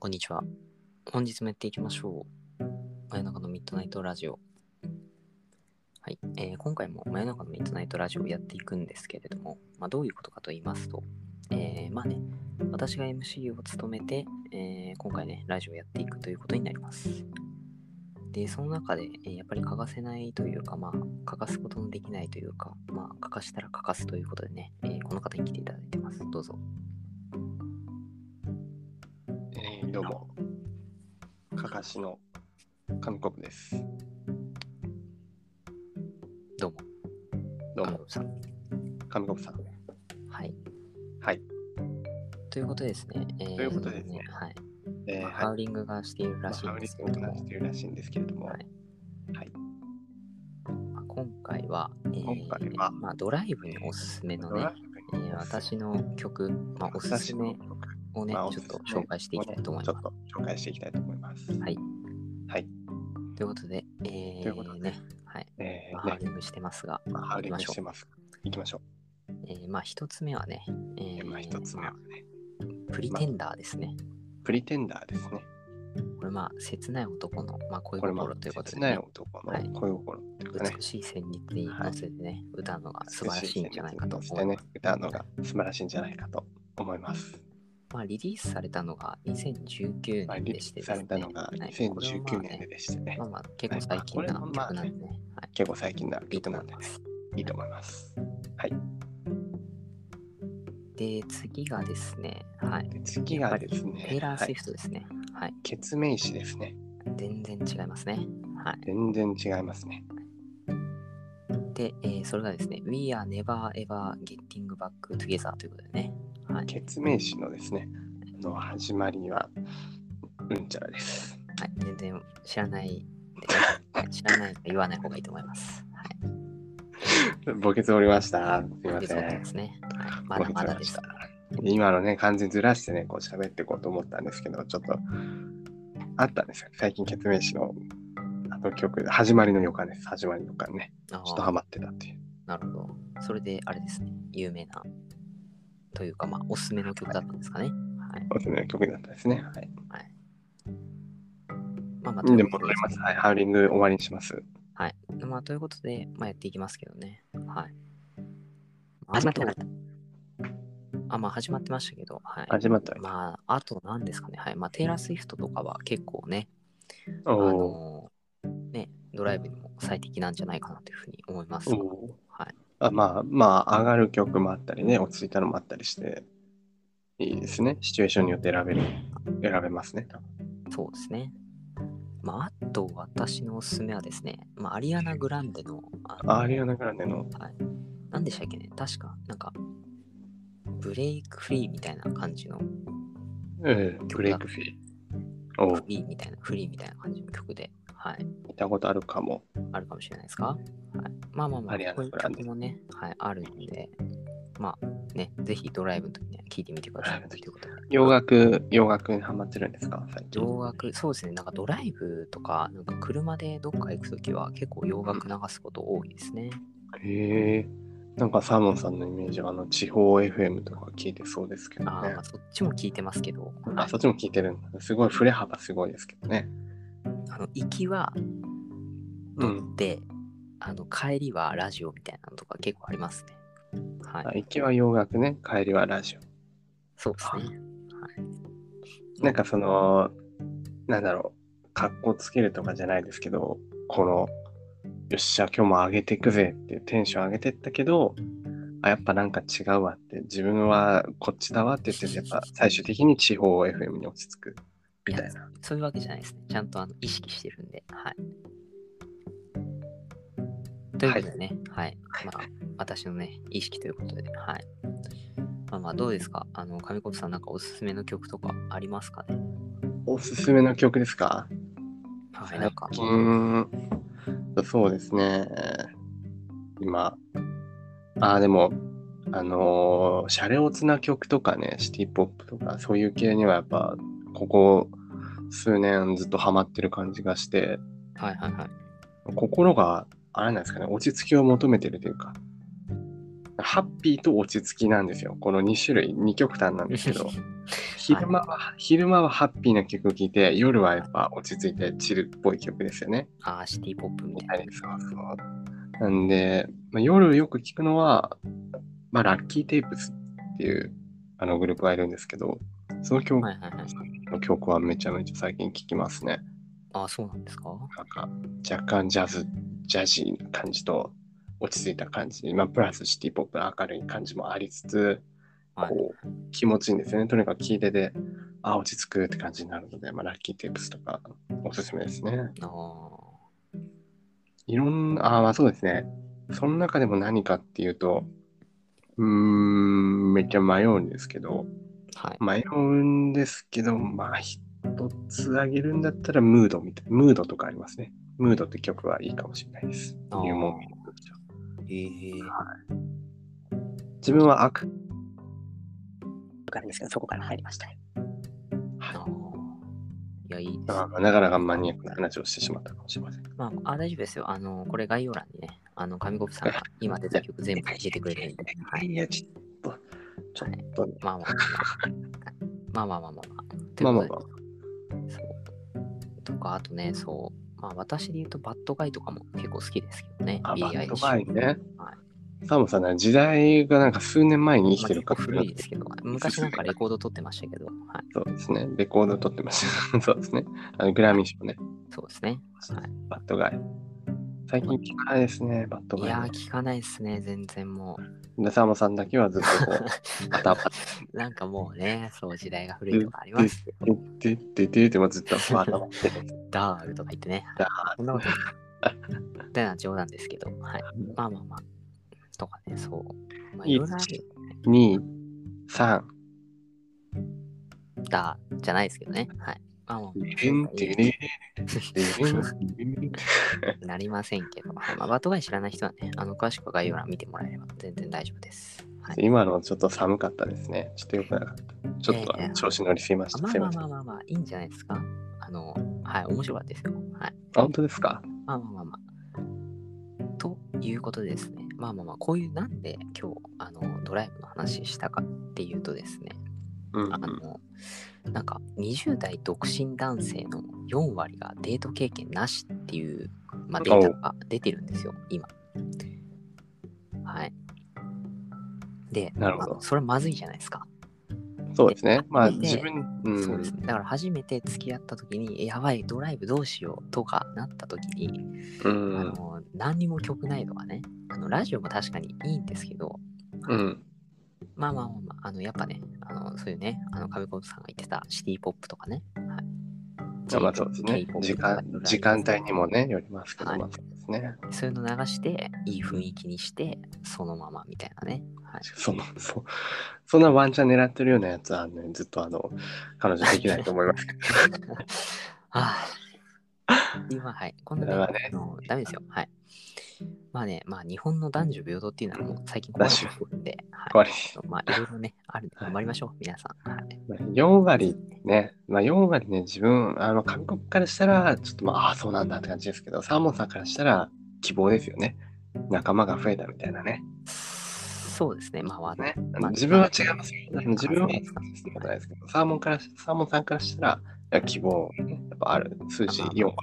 こんにちは。本日もやっていきましょう。真夜中のミッドナイトラジオ。はい、えー今回も真夜中のミッドナイトラジオをやっていくんですけれども、まあ、どういうことかと言いますと、えーまあね、私が MC を務めて、えー今回ね、ラジオをやっていくということになります。で、その中で、えーやっぱり欠かせないというか、まあ、欠かすことのできないというか、まあ、欠かしたら欠かすということでね、えーこの方に来ていただいてます。どうぞ。えーどうも、かかしの紙コップです。どうも。どうあも、のさん紙コップさん。はい。はい。ということですね。えーということですねはい。えーまあはいハウリングがしているらしいまあんハでウリすスけをれど話もし、ているらしいんですけれども、はいはいまあ今回は、えー今回はまあ、ドライブにおすすめのドラね、イブえにー私の曲、まあ、おすすめをね、まあおちすょすっめと紹介していきたいと思いちょまっす。と紹介していきたいと思います。はいはい。ということで、えということー、でね、はい。えまあーハねウリングしてますが、まあ、ハウリング行きましょうしてます。行きましょえー、まあ、一つ目はね、えう。ーまあ、一つ目はまね、あプリテンダーですね。プリテンダーですね。これ、まあ、切ない男の、まあ、恋これも心ということで、切ね。ない男はいの恋心っていうかね美、しい旋律に乗せてね、歌うのが素晴らしいんじゃないかと美しい思旋い律ますに乗せてね、歌うのが素晴らしいんじゃないかと思います。まあ、リリースされたのが2019まあ、年リでリしてでーすスさね。れたのが2019年でしてねまあ、まあ結構最近はいなまあこ曲れもまあなんでね。はい結構最近ないいと曲思ないんでまね、す。いいと思います。で、次がですね、はい。で次がですね、テイラー・はスウィい、フトですね。はい。決名詞ですね。全然違いますね。はい。全然違いますね。で、えーそれがですね、We are never ever getting back together ということでね。はい。決名詞のですね、あの始まりは、うんちゃらです。はい、全然知らない 知らないと言わない方がいいと思います。はい。ボケつおりました。すいませそうでん。すね。はい、まボだケまておだでりましすた。。今のね、完全にずらしてね、こう喋っていこうと思ったんですけど、ちょっと、あったんですよ。最近、決名詞の、あの曲で、始まりの予感です。始まりの予感ね。あーちょっとハマってたっていう。なるほど。それで、あれですね、有名な、というか、まあ、おすすめの曲だったんですかね。はい。おすすめの曲だったですね。はい。まあまあ、といでうこ戻とりでます。はい。ハウリング終わりにします。はい。まあ、ということで、まあ、やっていきますけどね。はい。始まってなあとあ、まあ、始まってましたけど、はい。始まったわまあ、あと何ですかね。はい。まあ、テイラー・スウィフトとかは結構ね、け。あおーのね、ドライブにも最適なんじゃないかなというふうに思います。おはー。い。あまあまあ上がる曲もあったりね落ち着いたのもあったりしていいですねシチュエーションによって選べる選べますねそうですね。まあ、あと私のおすすめはですね、まあ、アリアナ・グランデの、あのアリアナ・グランデの何でしたっけね確か、なんか、ブレイクフリーみたいな感じの、フええブレイクフィーおうリーみたいな、フリーみたいな感じの曲で、はい、見たことあるかもあるかもしれないですか、はい、まあまあまあ、アリアナこういうグランデ曲もね、はい、あるんで、まあね、ぜひドライブの時には聴いてみてくださいドライブのと時いうことで。洋楽洋楽にハマってるんですか最近洋楽、そうですね、なんかドライブとか、なんか車でどっか行く時は結構洋楽流すこと多いですね。へえなんかサーモンさんのイメージはあの地方 FM とか聞いてそうですけどあーねまあ、そっちも聞いてますけど、あそっちも聞いてるんだすごい振れ幅すごいですけどねあの行きはう乗んって、あの帰りはラジオみたいなのとか結構ありますね。はい、あ行きは洋楽ね帰りはラジオそうですね。なんかその、なんだろう、格好つけるとかじゃないですけど、この、よっしゃ、今日も上げていくぜっていうテンション上げてったけど、あ、やっぱなんか違うわって、自分はこっちだわって言って、やっぱ最終的に地方 FM に落ち着くみたいな。そういうわけじゃないですね。ちゃんとあの意識してるんで。はい。ということでね、はい。まあ、私のね、意識ということで、はい。まあまあ、どうですかあの、上子さん、なんかおすすめの曲とかありますかねおすすめの曲ですかは最い。なんか、近、そうですね。今、ああ、でも、あのー、シャレオツな曲とかね、シティポップとか、そういう系にはやっぱ、ここ数年ずっとハマってる感じがして、はいはいはい。心が、あれなんですかね、落ち着きを求めてるというか、ハッピーと落ち着きなんですよ。この2種類、2極端なんですけど、昼間は、昼間はハッピーな曲聴いて、夜はやっぱ落ち着いてチルっぽい曲ですよね。ああ、シティポップみたいな。はい、そうそう。なんで、まあ、夜よく聞くのは、まあ、ラッキーテープスっていうあのグループがいるんですけど、その曲,、はいはいはい。の曲はめちゃめちゃ最近聞きますね。ああ、そうなんですかなんか若干ジャズ、ジャジーな感じと落ち着いた感じ、まあ、プラスシティポップの明るい感じもありつつ、はい。こう気持ちいいんですよね。とにかく聴いてて、あ、落ち着くって感じになるので、まあ、ラッキーテープスとかおすすめですね。ああ。いろんな、あーまあそうですね。その中でも何かっていうと、うーん、めっちゃ迷うんですけど、はい。迷うんですけど、まあ一つあげるんだったらムードみたい。ムードとかありますね。ムードって曲はいいかもしれないです。あー入門ええ自分は悪。からですけど、そこから入りました。ああ。いや、いいです。まあなかなかマニアックな話をしてしまったかもしれません。まあ、あ大丈夫ですよ。あの、これ概要欄にね、あの、紙コップさんが今出た曲全部入れてくれてるんで。はい。いや、ちょっと、ちょっと、まあまあまあまあ。まあまあまあまあまあ。ということでまあまあまあ。そう。とか、あとね、そう。まあ私で言うと、バッドガイとかも結構好きですけどね。あ、ビリバーアイリッッドシュバイねは。サモさんね、時代がなんか数年前に生きまあてる結構か古いですけど、昔なんかレコード撮ってましたけど、はい。そうですね。レコード撮ってました。そうですね。あのグラミー賞ね。そうですね。はい、バッドガイ。最近聞かないですね、バッドいやガー、イ。聞かないですね、全然もう。で、サーモさんだけはずっとこう、頭、なんかもうね、そう、時代が古いとかありますよ。で、で、で、でもずっと頭って。ダールとか言ってね。ダそんなことない。だな冗談ですけど、はい。まあまあまあ。とかね、そう。まあ、いいいろいろあるよ2、3、だじゃないですけどね。はい。まあまあで、で、で、で、なりませんけど、はいまあ、バットガイ知らない人はね、あの詳しくは概要欄見てもらえれば全然大丈夫です。はい、今のちょっと寒かったですね。ちょっとよくなかった。ちょっとええ調子乗りすぎましあた。ますあいまあません。まあ、あまあまあ、いいんじゃないですか。あの、はい、面白かったですよ。はい。本当ですかまあまあまあまあ。ということでですね、まあまあまあ、こういうなんで今日、あの、ドライブの話したかっていうとですね、うんうん。あの、なんか20代独身男性の4割がデート経験なしっていう、まあ、データが出てるんですよ、今。はい。で、なるほどまあそれはまずいじゃないですか。そうですね。まあ、で自分、うそうんですね。だから初めて付き合った時に、えやばい、ドライブどうしようとかなった時に、うあん。の何にも曲ないのがね、あのラジオも確かにいいんですけど、うん。まあまあまあ、まあ、あのやっぱね、あのそういうね、あの亀子さんが言ってたシティポップとかね、はいまあ、そうですね K-pop。時とか間、時間帯にもね、よりますけど、はいまあ、そうですね。そういうの流して、いい雰囲気にして、そのままみたいなね。はい、そのそそんなワンチャン狙ってるようなやつは、ね、ずっとあの彼女できないと思 いますけど ああ。今、はい。こんなだからね、ねあのダメですよ。はい。まあね、まあ日本の男女平等っていうのはもう最近壊れてるんで、は怖い。いまあいろいろね、あるんではい頑張りましょう、皆さん。はい。 4割ね、まあ、4割ね自分あの韓国からしたらちょっとまあああそうなんだって感じですけどサーモンさんからしたら希望ですよね仲間が増えたみたいなねそうですね、まあ、わねあまあの自分は違いますよまあ自分そうはそですかんなことないですけどサーモンからしサーモンさんからしたらいや希望、ね、やっぱある数字まあまあ4割、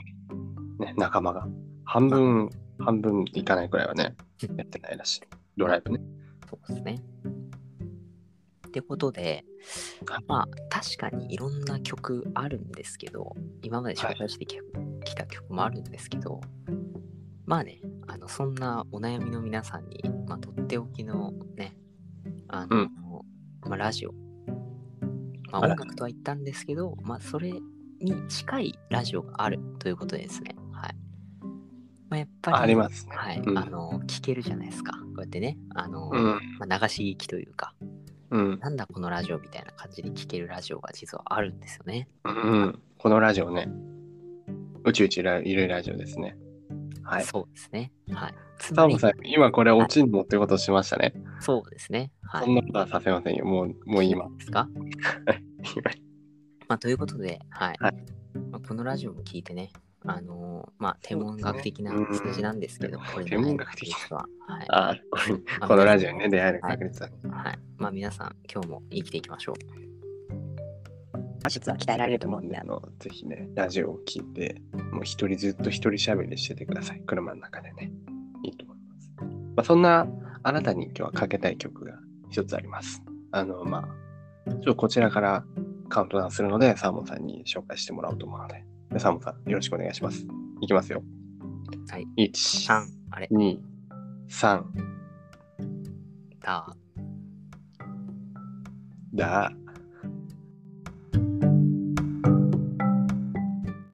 ね、仲間が半分半分いかないくらいはねやってないらしいドライブねそうですね。ってことではい、まあ確かにいろんな曲あるんですけど、今まで紹介してき,、た曲もあるんですけど、まあね、あのそんなお悩みの皆さんに、まあ、とっておきのね、あの、うんまあ、ラジオ、まあ、あ音ら楽とは言ったんですけど、まあそれに近いラジオがあるということですね。はい。まあ、やっぱり、ありますねはい、うんあの聞けるじゃないですか。こうやってね、あの、うんまあ、流し聞きというか、うんなんだこのラジオみたいな感じで聞けるラジオが実はあるんですよね。うん、このラジオね、宇宙一いるラジオですね。はい。そうですね。はい。つサまムりさん、今これオチに持ってることをしましたね。そうですね。はそんい。なことはさせませんよ。もう、もう今。です か、今まあ、ということで、はい。はいまあ、このラジオも聞いてね、あのまあ、天文学的なそうですね数字なんですけど、うんこれ天文学的な。はい。あーこれこのラジオにね、出会える確率だ。はい。まあ、皆さん、今日も生きていきましょう。魔術は鍛えられると思うんで、ああの、の、ぜひね、ラジオを聞いて、もう一人ずっと一人喋りしててください。車の中でね。いいと思います。まあ、そんな、あなたに今日はかけたい曲が一つあります。あの、まあ、ちょっとこちらからカウントダウンするので、サーモンさんに紹介してもらおうと思うので、でサーモンさん、よろしくお願いします。いきますよ。はい。 1、 3、あれ、 2、3、た、だ、